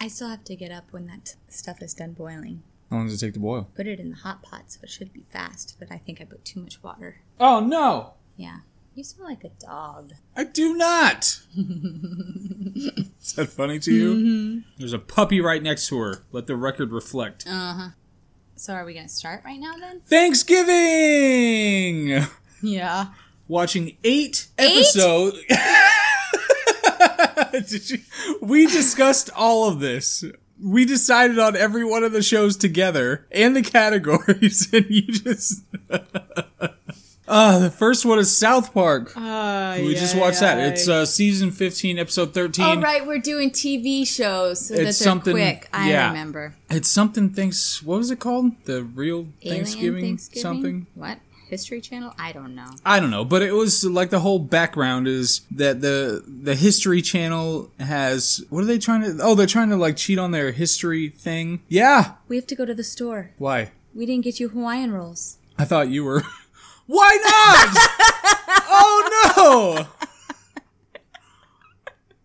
I still have to get up when that stuff is done boiling. How long does it take to boil? Put it in the hot pot, so it should be fast, but I think I put too much water. Oh no! Yeah. You smell like a dog. I do not! Is that funny to you? There's a puppy right next to her. Let the record reflect. So are we going to start right now then? Thanksgiving! Yeah. Watching eight, episodes. Did you- we discussed all of this. We decided on every one of the shows together and the categories, and you just. Uh, the first one is South Park. Ah, we just watched that. It's uh, season 15, episode 13. All right, we're doing TV shows so that they're It's something- quick. I yeah. remember. It's something thanks. What was it called? The real Alien Thanksgiving, Thanksgiving? something. What? History Channel? I don't know. I don't know, but it was like the whole background is that the the History Channel has what are they trying to? Oh, they're trying to like cheat on their history thing. Yeah. We have to go to the store. Why? We didn't get you Hawaiian rolls. I thought you were. Why not? oh no!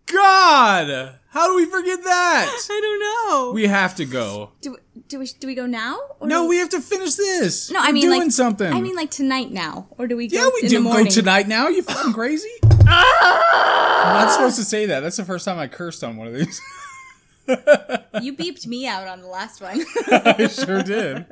God, how do we forget that? I don't know. We have to go. do, do we do we go now? Or No, we have to finish this. No, I We're mean doing like something. I mean like tonight now, or do we? Go Yeah, we in do the go morning? tonight now. You fucking crazy? I'm not supposed to say that. That's the first time I cursed on one of these. You beeped me out on the last one. I sure did.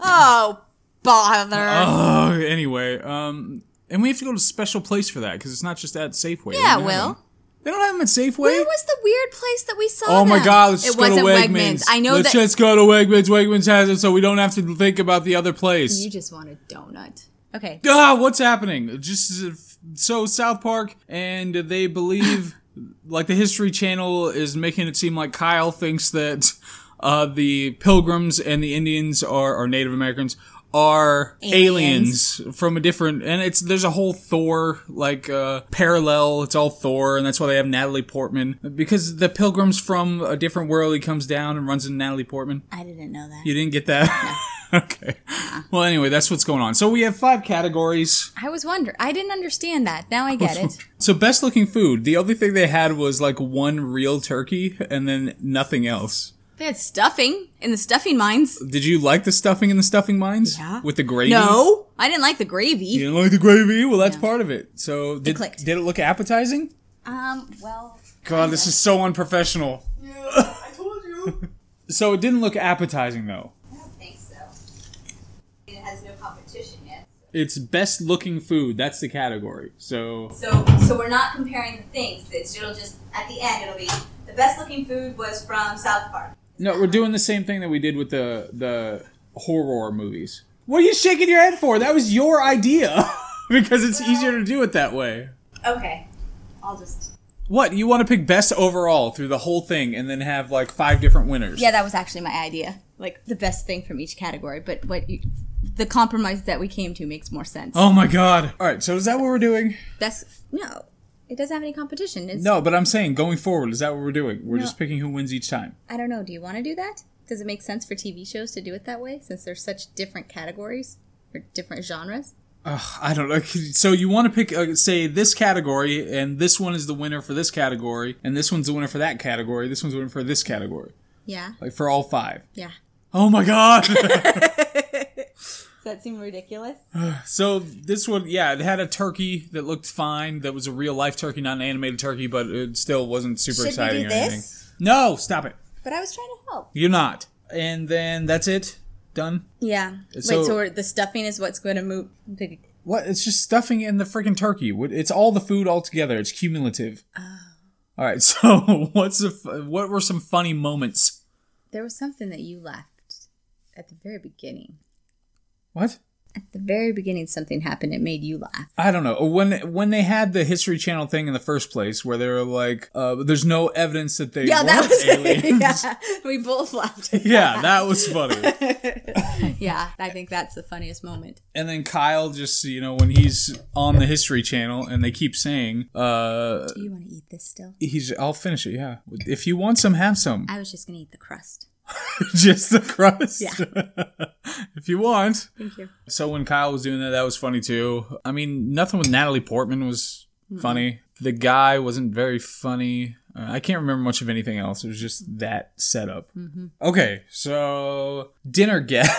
oh bother! Oh, anyway, um, and we have to go to a special place for that because it's not just at Safeway. They yeah, don't have Will. them. they don't have them at Safeway. Where was the weird place that we saw? Oh my them? God! Let's it just go wasn't to Wegmans. I know let's that just go to Wegmans. Wegmans has it, so we don't have to think about the other place. you just want a donut. Okay. ah, what's happening? Just uh, so South Park, and they believe, like the History Channel is making it seem like Kyle thinks that uh, the Pilgrims and the Indians are or Native Americans are Aliens. aliens. from a different and it's there's a whole thor like uh parallel it's all thor and that's why they have natalie portman because the pilgrims from a different world he comes down and runs into natalie portman I didn't know that. you didn't get that? okay. Well, anyway, that's what's going on. So we have five categories. I was wondering. I didn't understand that. Now I get it. So best looking food. The only thing they had was like one real turkey and then nothing else. They had stuffing in the stuffing mines. Did you like the stuffing in the stuffing mines? Yeah. With the gravy? No, I didn't like the gravy. You didn't like the gravy? Well, that's part of it. So did, clicked. did it look appetizing? Um, well, God, this is so unprofessional. Yeah, I told you. so it didn't look appetizing though. I don't think so. It has no competition yet. It's best looking food. That's the category. So So, so we're not comparing the things. It's, it'll just at the end it'll be the best looking food was from South Park. No, we're doing the same thing that we did with the the horror movies. What are you shaking your head for? That was your idea because it's easier to do it that way. Okay, I'll just. What you want to pick best overall through the whole thing and then have like five different winners? Yeah, that was actually my idea. Like the best thing from each category, but what you, the compromise that we came to makes more sense. Oh my god! All right, so is that what we're doing? Best no, it doesn't have any competition. It's, No, but I'm saying going forward, is that what we're doing? We're just picking who wins each time. I don't know. Do you want to do that? Does it make sense for TV shows to do it that way since there's such different categories or different genres? I don't know. So you want to pick, uh, say, this category, and this one is the winner for this category, and this one's the winner for that category, this one's the winner for this category, Yeah, like for all five. yeah. Oh my god! Does that seem ridiculous? So this one, yeah, it had a turkey that looked fine. That was a real life turkey, not an animated turkey, but it still wasn't super Should we exciting do or this? anything. No, stop it. But I was trying to help. You're not. And then that's it. Done. Yeah. So- Wait, so we're- the stuffing is what's going to move. The, What? It's just stuffing in the freaking turkey. What- It's all the food all together. It's cumulative. Oh. All right. So what's the f- what were some funny moments? there was something that you left at the very beginning. What? At the very beginning, something happened. It made you laugh. I don't know when when they had the History Channel thing in the first place, where they were like, uh, "There's no evidence that they Yeah, were that was aliens." yeah. We both laughed. yeah, that was funny. yeah, I think that's the funniest moment. And then Kyle just, you know, when he's on the History Channel and they keep saying, uh, Do you want to eat this still? he's, I'll finish it, yeah. If you want some, have some. I was just gonna eat the crust. just the crust. if you want. Thank you. So when Kyle was doing that, that was funny too. I mean, nothing with Natalie Portman was funny. The guy wasn't very funny. Uh, I can't remember much of anything else. It was just that setup. Okay, so dinner guest.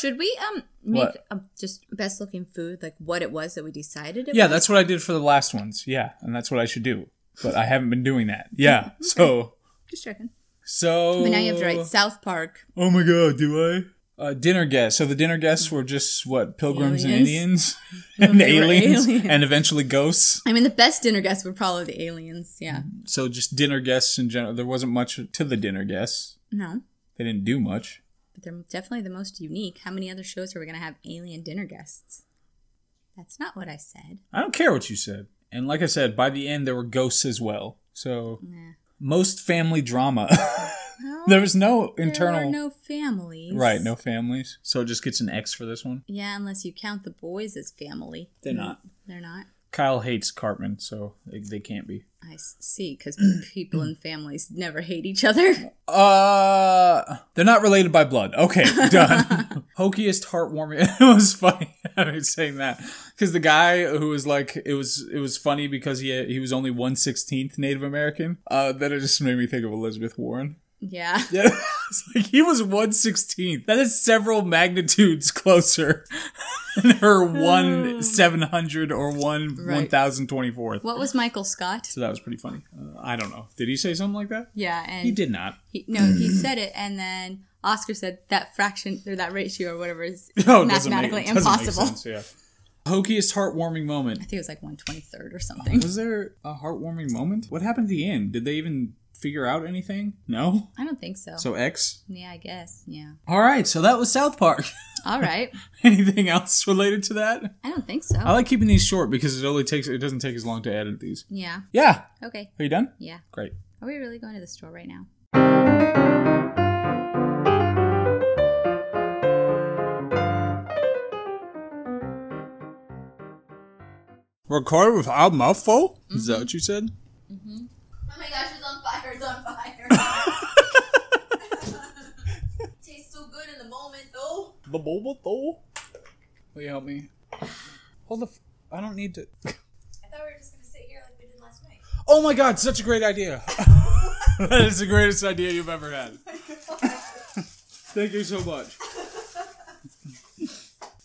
Should we um make What? um, just best looking food like what it was that we decided? It yeah, was? that's what I did for the last ones. Yeah, and that's what I should do. But I haven't been doing that. Yeah, so. just checking. So. But now you have to write South Park. Oh my god, do I? Uh, dinner guests. So the dinner guests were just what pilgrims and Aliens. Indians and They were aliens, aliens. and eventually ghosts. I mean, the best dinner guests were probably the aliens. Yeah. So just dinner guests in general. There wasn't much to the dinner guests. No, They didn't do much. but they're definitely the most unique. How many other shows are we gonna have alien dinner guests? That's not what I said. I don't care what you said. And like I said, by the end there were ghosts as well. So Nah. most family drama. Well, there was no there internal are no families. right, no families. So it just gets an X for this one. Yeah, unless you count the boys as family. They're not. They're not. Kyle hates Cartman, so they, they can't be. I s- see, because people and families never hate each other. Uh, they're not related by blood. Okay, done. Hokiest heartwarming. It was funny having saying that because the guy who was like, it was it was funny because he he was only one sixteenth Native American. Uh, that it just made me think of Elizabeth Warren. Yeah. Yeah, it's like he was one sixteenth. That is several magnitudes closer than her one seven hundred or one Right. one thousand twenty fourth. What was Michael Scott? So that was pretty funny. Uh, I don't know. Did he say something like that? Yeah, and He did Mm. not. He, no, he said it, and then Oscar said that fraction or that ratio or whatever is No, it doesn't make- mathematically it doesn't make impossible. sense, yeah. Hokiest heartwarming I moment. think it was like one twenty third or something. Was there a heartwarming moment? What happened at the end? Did they even figure out anything? No. I don't think so. So X. Yeah, I guess. Yeah. All right. So that was South Park. All right. anything else related to that? I don't think so. I like keeping these short because it only takes it doesn't take as long to edit these. yeah. Yeah. Okay. Are you done? Yeah. Great. Are we really going to the store right now? Record without mouthful. Is that what you said? Oh my gosh, it's on fire, it's on fire. Tastes so good in the moment though. The boba though. Will you help me? Hold the. F- I don't need to. I thought we were just gonna sit here like we did last night. Oh my god, such a great idea. that is the greatest idea you've ever had. Thank you so much.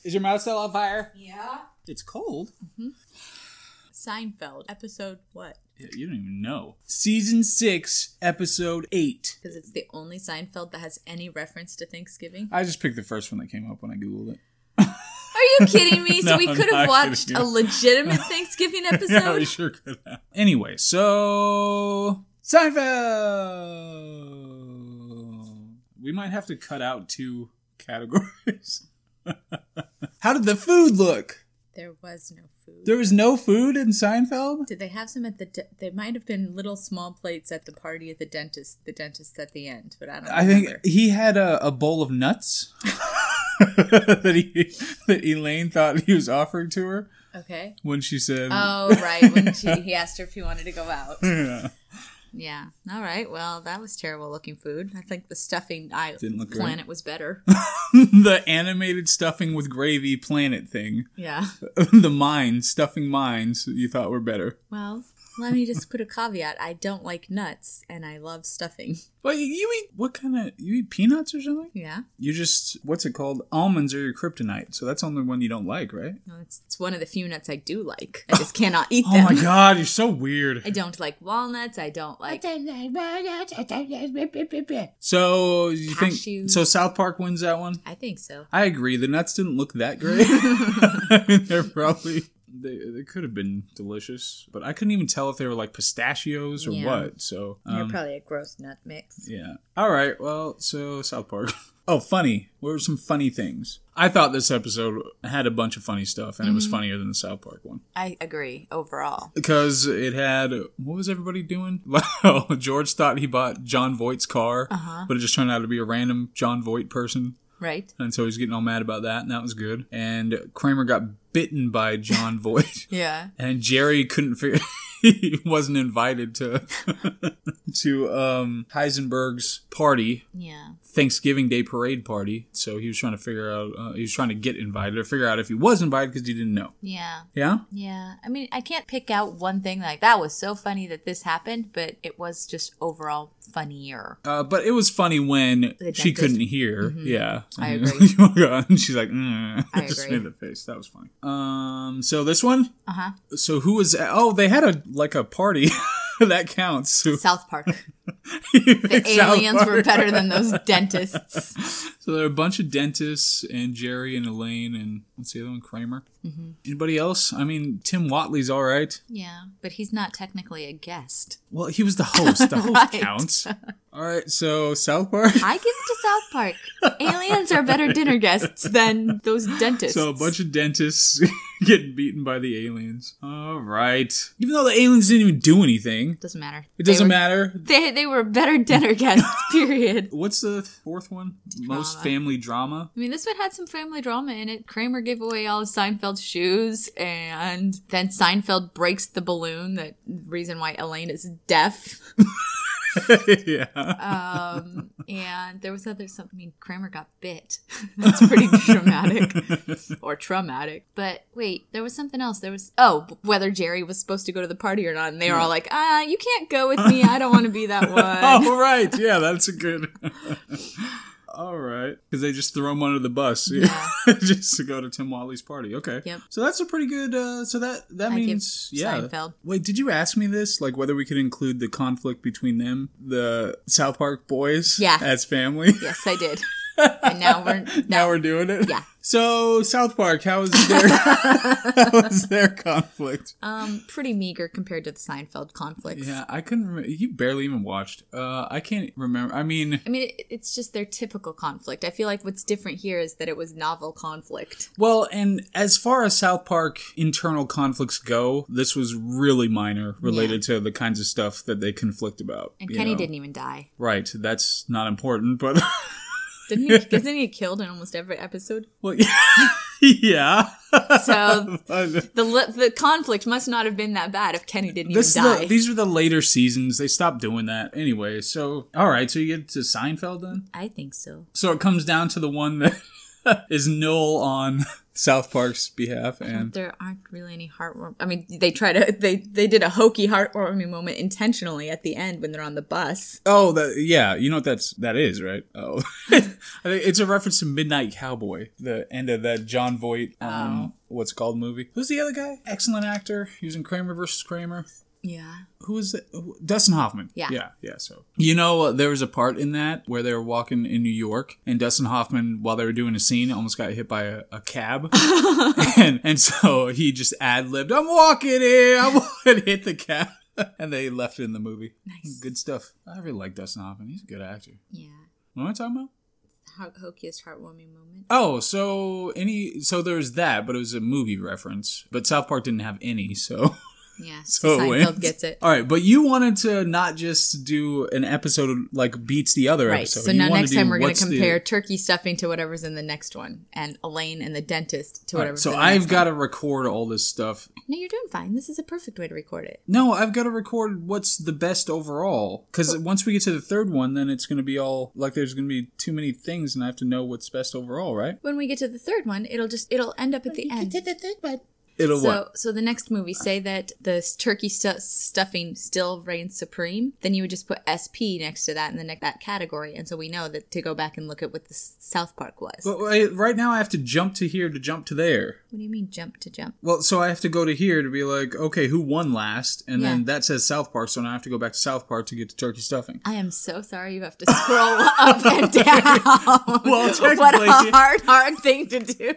Is your mouth still on fire? Yeah. It's cold. Seinfeld episode what? You don't even know. Season 6, episode 8. Because it's the only Seinfeld that has any reference to Thanksgiving. I just picked the first one that came up when I Googled it. Are you kidding me? So No, we I'm could have not kidding watched you. a legitimate Thanksgiving episode. sure could have. Anyway, so. Seinfeld! We might have to cut out two categories. How did the food look? There was no food. There was no food in Seinfeld? Did they have some at the? De- they might have been little small plates at the party at the dentist. The dentist at the end, but I don't. I think remember. he had a, a bowl of nuts that he that Elaine thought he was offering to her Okay. when she said Oh right, when she, he asked her if he wanted to go out. Yeah. Yeah. All right. Well, that was terrible looking food. I think the stuffing I Didn't look great. planet was better. the animated stuffing with gravy planet thing. yeah. the mines, stuffing mines you thought were better. Well, let me just put a caveat. I don't like nuts, and I love stuffing. But you- you eat what kind of you eat peanuts or something? Yeah. You just what's it called? Almonds are your kryptonite, so that's the only one you don't like, right? No, it's, it's one of the few nuts I do like. I just cannot eat Oh them. my god, you're so weird. I don't like walnuts. I don't like. So you think Cashews. so? South Park wins that one. I think so. I agree. The nuts didn't look that great. I mean, they're probably they, they could have been delicious, but I couldn't even tell if they were like pistachios or Yeah. what. So You're um, probably a gross nut mix. yeah. All right. Well, so South Park. Oh, funny. What were some funny things? I thought this episode had a bunch of funny stuff, and it was Mm-hmm. funnier than the South Park one I agree overall. because it had what was everybody doing? Well, George thought he bought John Voight's car, Uh-huh. but it just turned out to be a random John Voight person. Right? And so he's getting all mad about that, and that was good. And Kramer got bitten by John Voight, Yeah. and Jerry couldn't figure. he wasn't invited to to um, Heisenberg's party Yeah. Thanksgiving Day parade party. So he was trying to figure out, uh, he was trying to get invited or figure out if he was invited because he didn't know. Yeah. Yeah? Yeah. I mean, I can't pick out one thing like that was so funny that this happened, but it was just overall funnier. Uh, but it was funny when The she dentist. Mm-hmm. couldn't hear. Yeah, I And agree. you walk out and she's like, mm. I just agree. made the face. That was funny. Um, so this one. Uh huh. So who was? Oh, they had a like a party. that counts. So South Park. The the aliens were better than those dentists. So there are a bunch of dentists and Jerry and Elaine and what's the other one? Kramer. Mm-hmm. Anybody else? I mean, Tim Watley's all right. Yeah, but he's not technically a guest. Well, he was the host. The host Right. counts. All right. So South Park. I give it to South Park. Aliens are better dinner guests than those dentists. So a bunch of dentists getting beaten by the aliens. All right. Even though the aliens didn't even do anything, doesn't matter. it doesn't They were- matter. They they were better dinner guests. Period. What's the fourth one? Most Drama. family drama. I mean, this one had some family drama in it. Kramer gave away all of Seinfeld's shoes, and then Seinfeld breaks the balloon. The reason why Elaine is deaf. yeah. Um, and there was other something. I mean, Kramer got bit. That's pretty dramatic or traumatic. But wait, there was something else. There was oh, b- whether Jerry was supposed to go to the party or not, and they were all like, "Ah, you can't go with me. I don't want to be that one." All Oh, right. Yeah, that's a good. All right. Because they just throw him under the bus Yeah. just to go to Tim Watley's party. Okay. Yep. So that's a pretty good. Uh, so that that I give means yeah. Seinfeld. Wait, did you ask me this? Like whether we could include the conflict between them, the South Park boys, Yeah. as family. yes, I did. And now we're now we're doing it. Yeah. So South Park, how is their how is their conflict? um pretty meager compared to the Seinfeld conflicts. Yeah, I couldn't. Remember. You barely even watched. Uh, I can't remember. I mean, I mean, it, it's just their typical conflict. I feel like what's different here is that it was novel conflict. well, and as far as South Park internal conflicts go, this was really minor related to the kinds of stuff that they conflict about. And you Kenny know. didn't even die. Right. That's not important, but Didn't he? Isn't he killed in almost every episode? well, yeah. So But- the li- the conflict must not have been that bad if Kenny didn't This even is die. the, these were the later seasons. They stopped doing that anyway. So all right, so you get to Seinfeld then. I think so. So it comes down to the one that is null on South Park's behalf, and There aren't really any heartwarming. I mean, they try to they they did a hokey heartwarming moment intentionally at the end when they're on the bus. oh, that yeah, you know what that's that is right. Oh, I think it's a reference to Midnight Cowboy, the end of that John Voight, um, what's it called movie. Who's the other guy? Excellent actor. He was in Kramer versus Kramer. Yeah, who is it? Who- Dustin Hoffman. Yeah. Yeah. Yeah. So, you know, uh, there was a part in that where they were walking in New York and Dustin Hoffman, while they were doing a scene, almost got hit by a, a cab. and, and so he just ad libbed, I'm walking here. I'm walking, and hit the cab. And they left it in the movie. Nice. Good stuff. I really like Dustin Hoffman. He's a good actor. yeah. What am I talking about? Ho- hokiest heartwarming moment. Oh, so any, so there was that, but it was a movie reference. But South Park didn't have any, so. Yeah, So so it Seinfeld wins. gets it. All right, but you wanted to not just do an episode like beats the other Right. episode. So You now wanna next do time we're going what's to the- compare turkey stuffing to whatever's in the next one, and Elaine and the dentist to All right, whatever's. so in the I've next got one. to record all this stuff. No, you're doing fine. This is a perfect way to record it. No, I've got to record what's the best overall. Because once we get to the third one, then it's going to be all like there's going to be too many things, and I have to know what's best overall, right? When we get to the third one, it'll just it'll end up at the end. It'll So, what? so the next movie, say that the turkey stu- stuffing still reigns supreme, then you would just put SP next to that in the next that category, and so we know that to go back and look at what the S- South Park was. But wait, right now, I have to jump to here to jump to there. what do you mean jump to jump? Well, so I have to go to here to be like, okay, who won last? And then Yeah. that says South Park, so now I have to go back to South Park to get to turkey stuffing. I am so sorry you have to scroll up and down. Well, what technically- a hard, hard thing to do.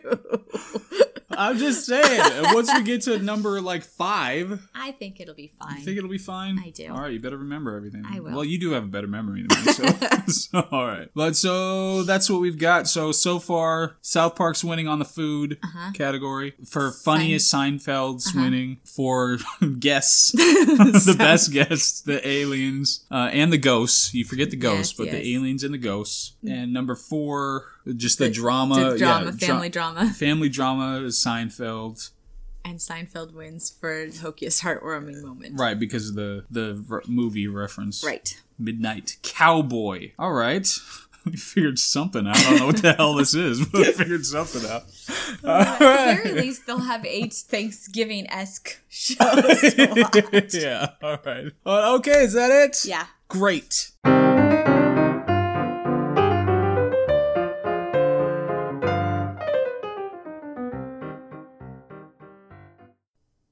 I'm just saying. and once we get to number like five, I think it'll be I fine. think it'll be fine. I do. All right, you better remember everything. I will. Well, you do have a better memory than me. So, so all right. But so that's what we've got. So so far, South Park's winning on the food Uh-huh. category for funniest Seinfeld's winning for guests, the best guests, the aliens uh, and the ghosts. You forget the ghosts, Yes, but yes. Mm. the aliens and the ghosts. And number four, just the, drama, The drama, uh, yeah, family dra- drama, family drama, is Seinfeld. and Seinfeld wins for hokiest heartwarming moment. Right, because of the the r- movie reference. Right. Midnight Cowboy. All right. We figured something out. I don't know what the hell this is, but we figured something out. All At the right. very least, they'll have eight Thanksgiving esque shows. yeah. All right. Uh, okay. Is that it? yeah. Great.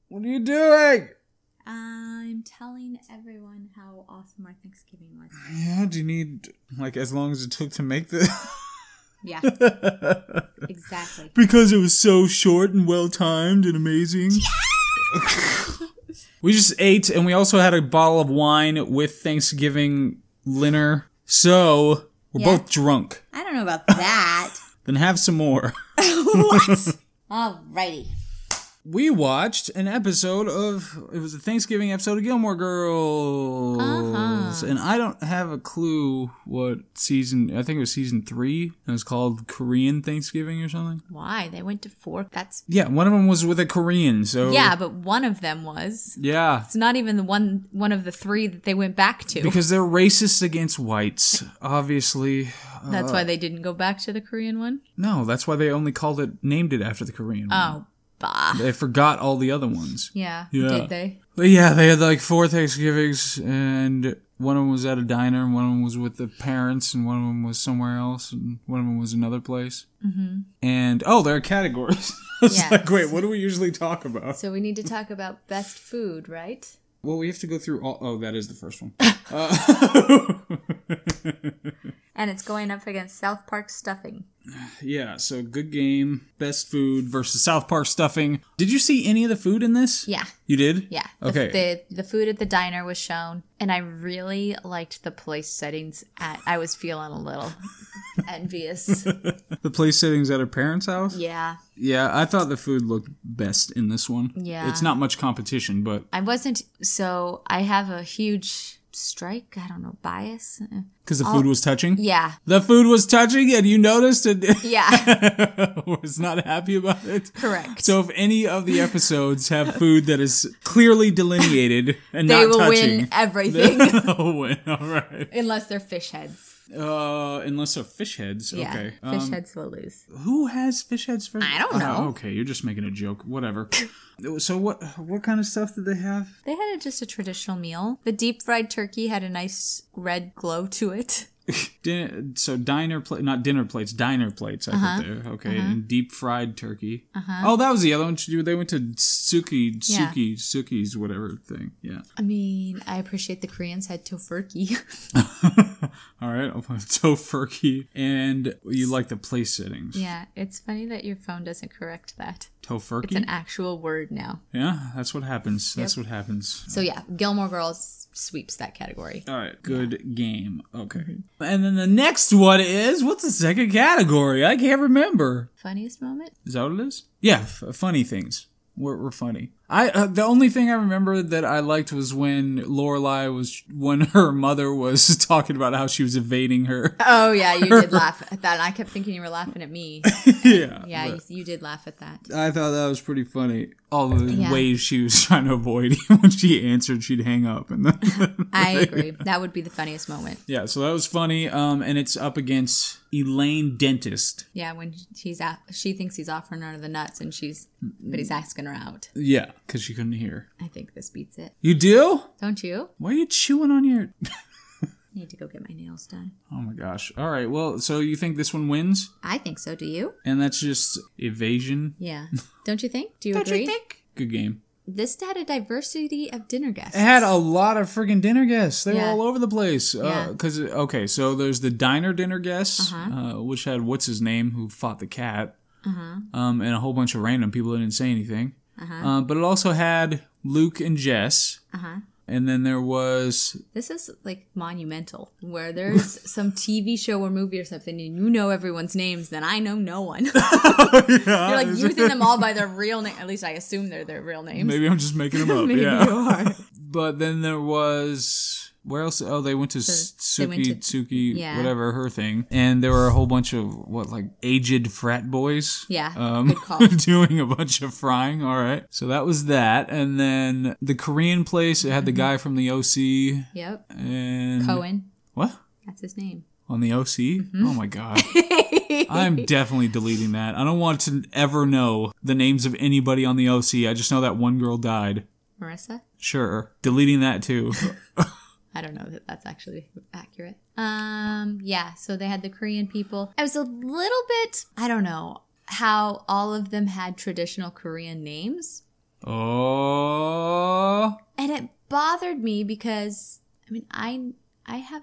What are you doing? I'm telling everyone how awesome our Thanksgiving was. Yeah, do you need like as long as it took to make this? Yeah, exactly. because it was so short and well timed and amazing. we just ate, and we also had a bottle of wine with Thanksgiving dinner. So we're Yeah. both drunk. I don't know about that. Then have some more. Alrighty. We watched an episode of it was a Thanksgiving episode of Gilmore Girls, Uh-huh. and I don't have a clue what season. I think it was season three. And it was called Korean Thanksgiving or something. Why? They went to four. That's. Yeah, one of them was with a Korean. So Yeah, but one of them was. yeah, It's not even the one one of the three that they went back to. because they're racist against whites. Obviously, that's why they didn't go back to the Korean one. no. That's why they only called it named it after the Korean. one. Oh, bah. they forgot all the other ones. Yeah. Yeah. Did they? But yeah, they had like four Thanksgivings, and one of them was at a diner, and one of them was with the parents, and one of them was somewhere else, and one of them was another place. Mm-hmm. And oh, there are categories. I was Yes. like, wait, what do we usually talk about? So we need to talk about best food, right? Well, we have to go through all. Oh, that is the first one. Uh, And it's going up against South Park stuffing. yeah, so good game, best food versus South Park stuffing. Did you see any of the food in this? Yeah. You did? Yeah. The, Okay. The, the food at the diner was shown, and I really liked the place settings. At, I was feeling a little envious. the place settings at her parents' house? Yeah. Yeah, I thought the food looked best in this one. Yeah. It's not much competition, but I wasn't. So I have a huge strike. I don't know, bias. Uh, because the food was touching. Yeah. The food was touching, and you noticed and Yeah. was not happy about it. Correct. So, if any of the episodes have food that is clearly delineated and they not will win touching, everything they'll win. All right. unless they're fish heads. Uh, unless they're fish heads. Yeah. Okay. Fish Um, heads will lose. Who has fish heads for? I don't know. Oh, okay, you're just making a joke. Whatever. so, what what kind of stuff did they have? They had a, just a traditional meal. The deep fried turkey had a nice red glow to it. Din- so diner plate, not dinner plates, diner plates. I Uh-huh. put there. Okay, and deep fried turkey. Oh, that was the other one. She- They went to Suki, Yeah. Suki, Suki's whatever thing. Yeah. I mean, I appreciate the Koreans had tofurkey. All right. I'll put tofurkey, and you like the place settings. yeah, it's funny that your phone doesn't correct that. It's Tofurkey. an actual word now. yeah, that's what happens. That's what happens. So yeah, Gilmore Girls sweeps that category. All right, Mm-hmm. good game. Okay. And then the next one is what's the second category? I can't remember. Funniest moment? Is that what it is? Yeah, f- uh, funny things. We're, we're funny. I uh, the only thing I remember that I liked was when Lorelai was when her mother was talking about how she was evading her. Oh yeah, you did laugh at that. And I kept thinking you were laughing at me. yeah, Yeah, you, you did laugh at that. I thought that was pretty funny. All the Yeah. ways she was trying to avoid him. when she answered, she'd hang up. And then, I agree. That would be the funniest moment. yeah, so that was funny. Um, and it's up against Elaine Dentist. Yeah, when she's out, she thinks he's offering her the nuts, and she's, but he's asking her out. Yeah, because she couldn't hear. I think this beats it. You do? Don't you? Why are you chewing on your? Need to go get my nails done. Oh my gosh! All right, well, so you think this one wins? I think so. Do you? And that's just evasion. Yeah. Don't you think? Do you agree? think? Good game. This had a diversity of dinner guests. It had a lot of freaking dinner guests. They were Yeah. all over the place. Yeah. Uh-huh. Because okay, so there's the diner dinner guests, uh which had what's his name who fought the cat, Uh-huh. um, and a whole bunch of random people that didn't say anything. Uh, but it also had Luke and Jess. Uh-huh. And then there was This is like monumental, where there's some TV show or movie or something, and you know everyone's names, then I know no one. You're like using them all by their real name. At least I assume they're their real names. maybe I'm just making them up. Maybe Oh, yeah. you are. But then there was where else? Oh, they went to S- they Suki, went Suki, yeah. whatever her thing, and there were a whole bunch of what like aged frat boys. Yeah, um, good call. doing a bunch of frying. All right, so that was that, and then the Korean place. It had the guy from the OC Yep. and Mm-hmm. Cohen. Mm-hmm. What? That's his name. on the OC? Oh my god. Uh, I'm definitely deleting that. I don't want to ever know the names of anybody on the OC. I just know that one girl died. Marissa? Sure. Deleting that too. I don't know that that's actually accurate. Um, yeah, so they had the Korean people. I was a little bit, I don't know, how all of them had traditional Korean names. oh. And it bothered me because I mean, I I have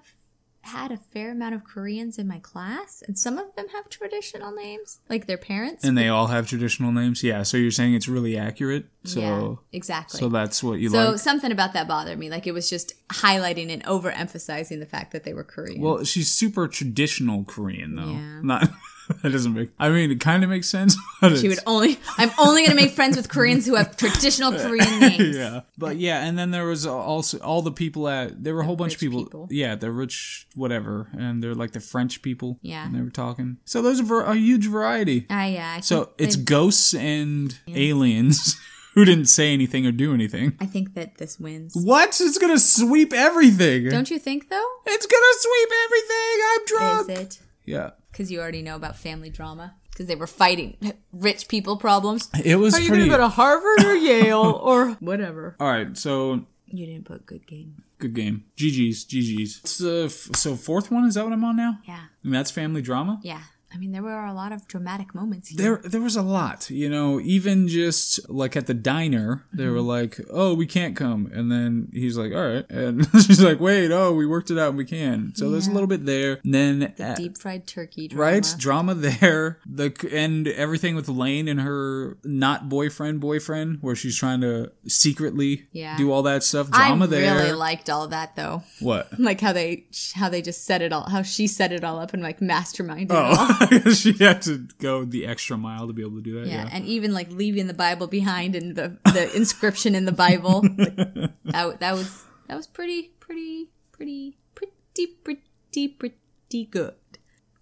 had a fair amount of Koreans in my class, and some of them have traditional names, like their parents. And they all have traditional names. Yeah, so you're saying it's really accurate. So yeah, exactly. so that's what you So like. something about that bothered me. Like it was just highlighting and overemphasizing the fact that they were Korean. Well, she's super traditional Korean though. Yeah. Not that doesn't make I mean it kind of makes sense. But she would it's- only. I'm only going to make friends with Koreans who have traditional Korean names. yeah. But yeah, and then there was also all the people at there were a whole bunch of rich people, people. Yeah, the rich whatever, and they're like the French people. Yeah. and they were talking. So there's a, ver- a huge variety. Ah, yeah. I so think it's that- ghosts and aliens who didn't say anything or do anything. I think that this wins. What? It's gonna sweep everything. Don't you think though? it's gonna sweep everything. I'm Is drunk. it? Yeah. because you already know about family drama because they were fighting rich people problems. It was Are you pretty. gonna go to Harvard or Yale or whatever? all right. So You didn't put good game. good game. GG's. GG's. It's, uh, f- so fourth one is that what I'm on now? Yeah, And that's family drama. yeah. I mean, there were a lot of dramatic moments. Here. there there was a lot you know even just like at the diner they Mm-hmm. were like oh we can't come and then he's like all right and she's like wait oh we worked it out and we can so there's a Yeah. little bit there and then uh, at- deep fried turkey drama. right drama there the c- and everything with lane and her not boyfriend boyfriend where she's trying to secretly Yeah. do all that stuff I drama really there liked all that though, what like how they how they just set it all, how she set it all up and like masterminded. it all. oh she had to go the extra mile to be able to do that Yeah, yeah, and even like leaving the Bible behind and the the inscription in the Bible. Like, that that was that was pretty pretty pretty pretty pretty pretty good.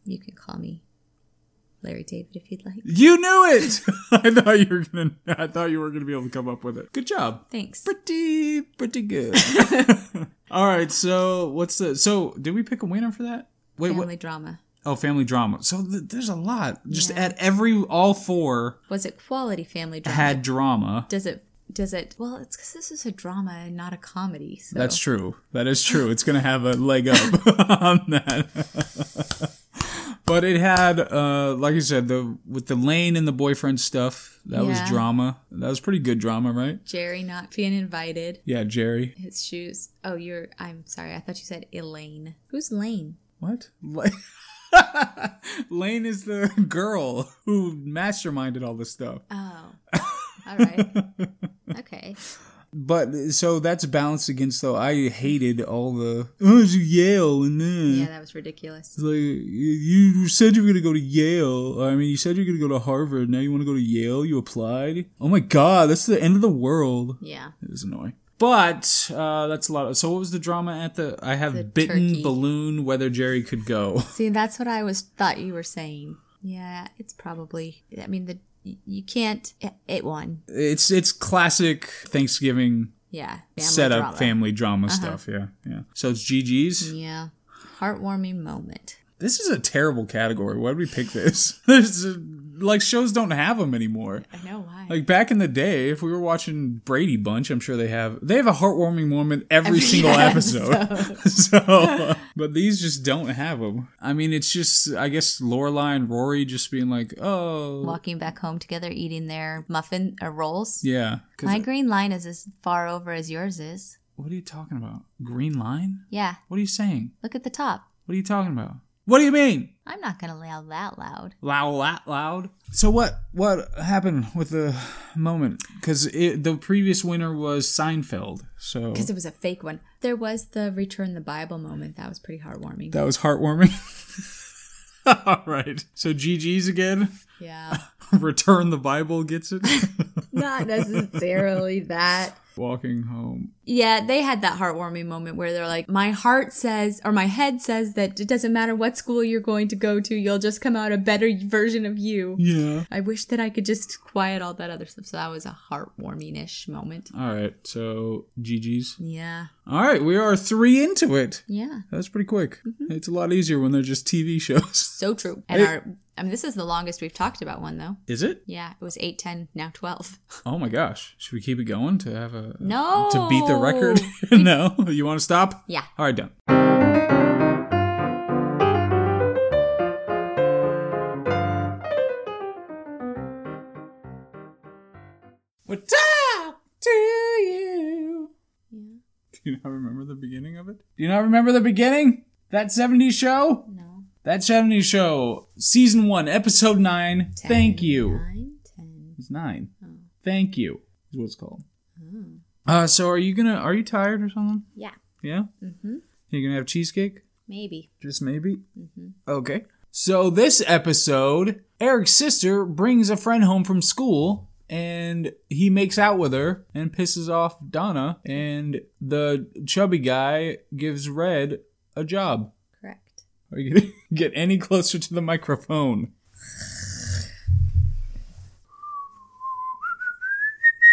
You can call me Larry David if you'd like. You knew it. I thought you were gonna. I thought you were gonna be able to come up with it. Good job. Thanks. Pretty, pretty good. All right. So what's the? So did we pick a winner for that? Wait. Family What? drama. Oh, family drama. So th- there's a lot. Just at every all four Was it quality family drama? had drama. does it does it well it's because this is a drama and not a comedy so That's true. That is true. It's gonna have a leg up on that. but it had, uh, like I said, the with the Lane and the boyfriend stuff. That was Yeah. drama. That was pretty good drama, right? jerry not being invited Yeah, Jerry. his shoes oh you're i'm sorry i thought you said elaine who's lane What? Lane is the girl who masterminded all this stuff. oh all right okay But so that's balanced against though. I hated all the oh it's Yale and then Yeah, that was ridiculous. it's like you you said you were gonna go to Yale. I mean, you said you're gonna go to Harvard. Now you want to go to Yale? You applied? Oh my God, that's the end of the world. Yeah. It was annoying. But uh, that's a lot. Of, so what was the drama at the? I have The bitten turkey. balloon. Whether Jerry could go. See, that's what I was thought you were saying. Yeah, it's probably. I mean, the y- you can't. It, it won. It's it's classic Thanksgiving Yeah. family set up drama. Uh-huh. Mm-hmm. family drama stuff. Yeah, yeah. So it's GG's. Yeah. Heartwarming moment. This is a terrible category. Why did we pick this? There's a, like shows don't have them anymore. I know why. Like back in the day, if we were watching Brady Bunch, I'm sure they have they have a heartwarming moment every, single episode. so, but these just don't have them. I mean, it's just I guess Lorelai and Rory just being like, oh, Walking back home together, eating their muffin or rolls. yeah. 'Cause- My green line is as far over as yours is. what are you talking about? Green line? Yeah. What are you saying? Look at the top. What are you talking about? What do you mean? I'm not gonna lay out that loud. loud, loud, loud. So what what happened with the moment? Because the previous winner was Seinfeld, so Because it was a fake one. There was the return the Bible moment. That was pretty heartwarming. that was heartwarming. All right, so GG's again. yeah. Return the Bible gets it. not necessarily that. Walking home. Yeah, they had that heartwarming moment where they're like, my heart says, or my head says that it doesn't matter what school you're going to go to, you'll just come out a better version of you. Yeah. I wish that I could just quiet all that other stuff. So that was a heartwarming ish moment. All right. So GG's. Yeah. All right. We are three into it. Yeah. That's pretty quick. It's a lot easier when they're just TV shows. So true. And Hey. our, I mean, this is the longest we've talked about one though. Is it? Yeah, it was eight, ten, now 12. Oh my gosh. Should we keep it going to have a No. to beat the record? no. You want to stop? Yeah. All right, done. What's up to you? Yeah. Do you not remember the beginning of it? Do you not remember the beginning? That 70s show? No. That 70s show, season one, episode nine. Thank you. Nine, ten. It's nine. Oh. Thank you is what it's called. Oh. Uh, so are you gonna? Are you tired or something? Yeah. Yeah. Mm-hmm. You gonna have cheesecake? Maybe. Just maybe. Mm-hmm. Okay. So this episode, Eric's sister brings a friend home from school and he makes out with her and pisses off Donna and the chubby guy gives Red a job. Correct. Are you gonna get any closer to the microphone?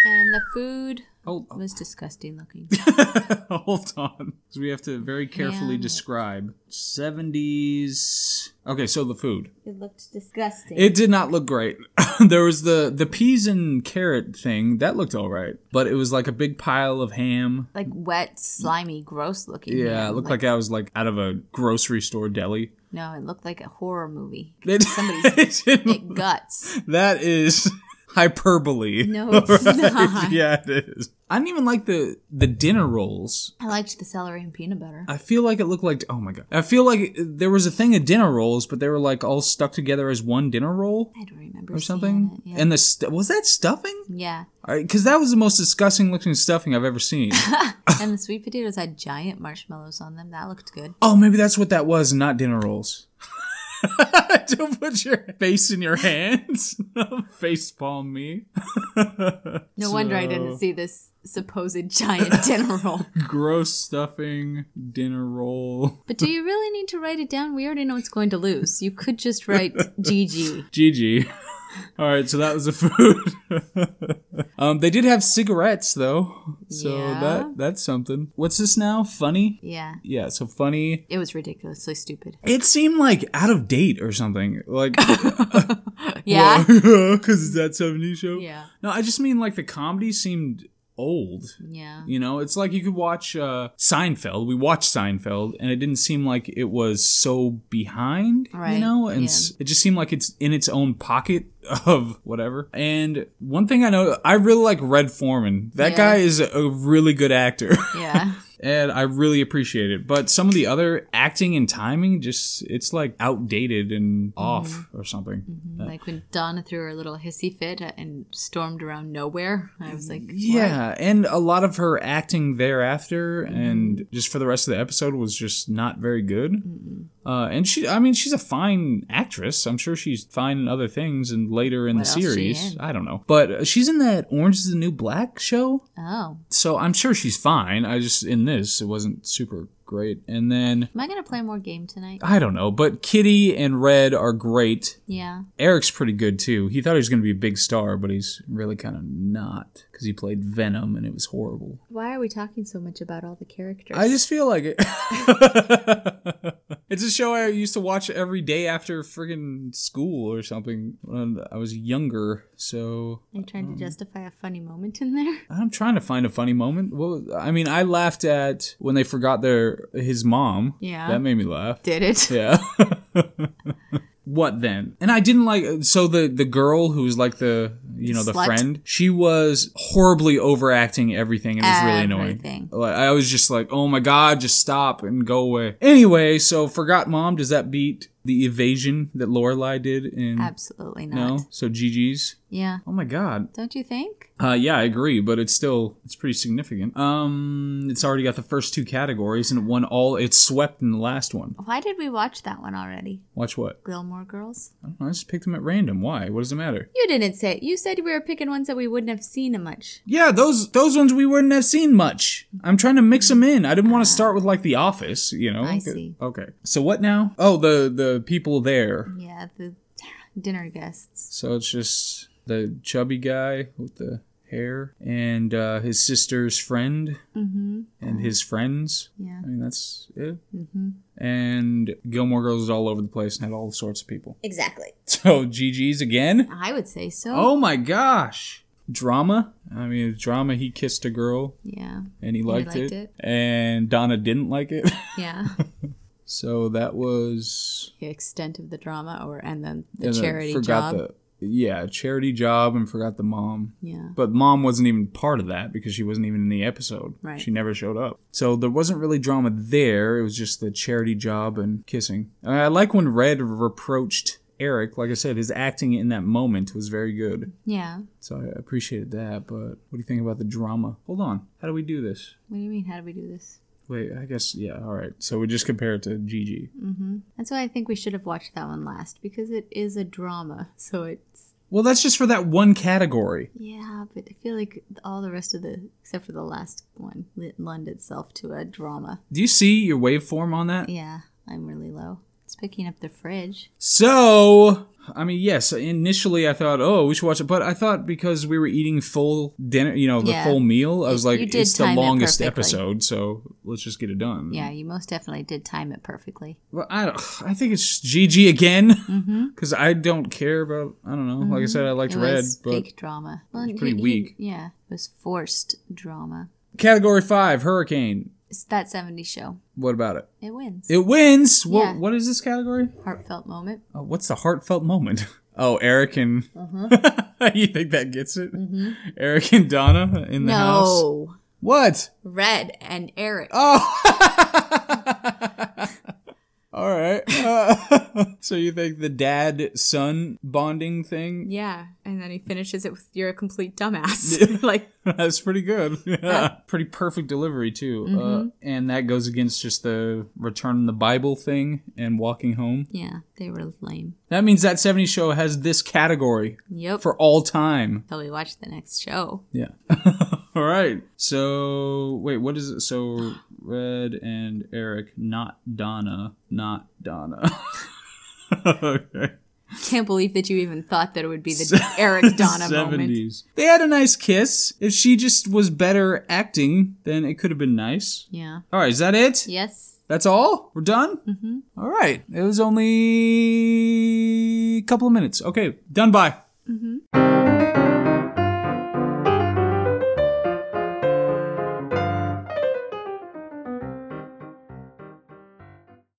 And the food Hold on. was disgusting looking. Hold on. Because we have to very carefully Yeah. describe 70s. Okay, so the food. It looked disgusting. It did not look great. there was the the peas and carrot thing that looked all right, but it was like a big pile of ham. like wet, slimy, gross looking. Yeah, it ham. looked like, I was like out of a grocery store deli. no, it looked like a horror movie. It- Somebody's- it didn't- It guts. that is hyperbole. No, it's Right? not. Yeah, it is. I didn't even like the the dinner rolls. I liked the celery and peanut butter. I feel like it looked like oh my god. I feel like there was a thing of dinner rolls, but they were like all stuck together as one dinner roll I don't remember or seeing something. it, yeah. And the st- was that stuffing? yeah, Because that was the most disgusting looking stuffing I've ever seen. and the sweet potatoes had giant marshmallows on them. That looked good. oh, maybe that's what that was, not dinner rolls. Don't put your face in your hands. face palm me. No wonder I didn't So- see this supposed giant dinner roll. Gross stuffing, dinner roll. But do you really need to write it down? We already know it's going to lose. You could just write GG. GG. All right, so that was the food. um, they did have cigarettes though, so Yeah. that that's something. What's this now? Funny? Yeah, Yeah, so funny. it was ridiculously stupid. It seemed like out of date or something. Like, Yeah, because it's that '70s show. yeah, No, I just mean like the comedy seemed old. yeah. You know, it's like you could watch uh, Seinfeld. We watched Seinfeld, and it didn't seem like it was so behind, you Right, know. And s it just seemed like it's in its own pocket of whatever. And one thing I know, I really like Red Foreman. That Yeah. guy is a really good actor, Yeah, and I really appreciate it. But some of the other acting and timing, just it's like outdated and Mm-hmm. off or something. like when Donna threw her little hissy fit and stormed around nowhere. I was like, "What?" Yeah, and a lot of her acting thereafter and just for the rest of the episode was just not very good. Uh, and she, I mean, she's a fine actress. I'm sure she's fine in other things and later in What the else she series. in? I don't know. But uh, she's in that Orange is the New Black show. Oh, So I'm sure she's fine. I just, in this, it wasn't super great. And then, am I gonna play more game tonight? I don't know, but Kitty and Red are great. Yeah, Eric's pretty good too. He thought he was going to be a big star, but he's really kind of not because he played Venom and it was horrible. Why are we talking so much about all the characters? I just feel like it. it's a show I used to watch every day after friggin' school or something when I was younger. So Are you Mm. trying to justify a funny moment in there? I'm trying to find a funny moment. Well, I mean, I laughed at when they forgot their his mom. Yeah. that made me laugh. Did it? Yeah. what then? And I didn't like so the the girl who was like the you know the Slut. friend. She was horribly overacting everything. It was really annoying. Everything. Like I was just like, oh my god, just stop and go away. Anyway, so forgot mom. Does that beat the evasion that Lorelai did in Absolutely not. No, so GG's. Yeah. Oh my god. Don't you think? Uh, yeah, I agree, but it's still it's pretty significant. Um, it's already got the first two categories and it won all. It swept in the last one. Why did we watch that one already? Watch what? Gilmore Girls? I, don't know, I just picked them at random. Why? What does it matter? You didn't say. You said we were picking ones that we wouldn't have seen much. Yeah, those those ones we wouldn't have seen much. I'm trying to mix them in. I didn't want to start with like The Office, you know. I see. Okay. So what now? Oh, the the people there. Yeah, the dinner guests. So it's just the chubby guy with the hair and uh, his sister's friend Mm-hmm. and his friends. Yeah. I mean that's it. Mm-hmm. And Gilmore Girls is all over the place and had all sorts of people. Exactly. So GG's again. I would say so. Oh my gosh. Drama. I mean, drama. He kissed a girl. Yeah. and he liked, liked it, it. and Donna didn't like it. Yeah. so that was the extent of the drama or and then the and I charity forgot job. The, yeah, charity job, and forgot the mom. yeah. But mom wasn't even part of that because she wasn't even in the episode. Right. She never showed up. So there wasn't really drama there. It was just the charity job and kissing. And I like when Red reproached Eric. Like I said, his acting in that moment was very good. Yeah. So I appreciated that. But what do you think about the drama? Hold on. How do we do this? What do you mean? How do we do this? Wait, I guess yeah. All right, so we just compare it to GG. That's why I think we should have watched that one last because it is a drama. So it's Well, that's just for that one category. yeah, but I feel like all the rest of the except for the last one it lend itself to a drama. Do you see your waveform on that? Yeah, I'm really low. It's picking up the fridge. So, I mean, yes. Initially, I thought, oh, we should watch it, but I thought because we were eating full dinner, you know, the Yeah. full meal, I was like, you did it's the time it longest perfectly. episode, so let's just get it done. Yeah, you most definitely did time it perfectly. Well, I don't. I think it's GG Mm-hmm. again because I don't care about. I don't know. Like I said, I liked it red, was but fake drama. Well, pretty weak. yeah, it was forced drama. category five, hurricane. It's that 70s show. What about it? It wins. It wins. What? Yeah. What is this category? Heartfelt moment. Uh, what's the heartfelt moment? Oh, Eric and Uh-huh. you think that gets it? Eric and Donna in the house. Mm-hmm. no. What? Red and Eric. Oh. All right. Uh, so you think the dad son bonding thing? Yeah, and then he finishes it with "You're a complete dumbass." like, That's pretty good. Yeah. Pretty perfect delivery too. Mm-hmm. Uh, and that goes against just the return the Bible thing and walking home. yeah, they were lame. That means that 70 show has this category Yep. for all time. Till we watch the next show. Yeah. All right. So wait, what is it? So Red and Eric, not Donna, not Donna. okay. Can't believe that you even thought that it would be the Eric Donna moment. They had a nice kiss. If she just was better acting, then it could have been nice. Yeah. All right, is that it? Yes. That's all? We're done? Mm-hmm. right. It was only a couple of minutes. Okay, done by.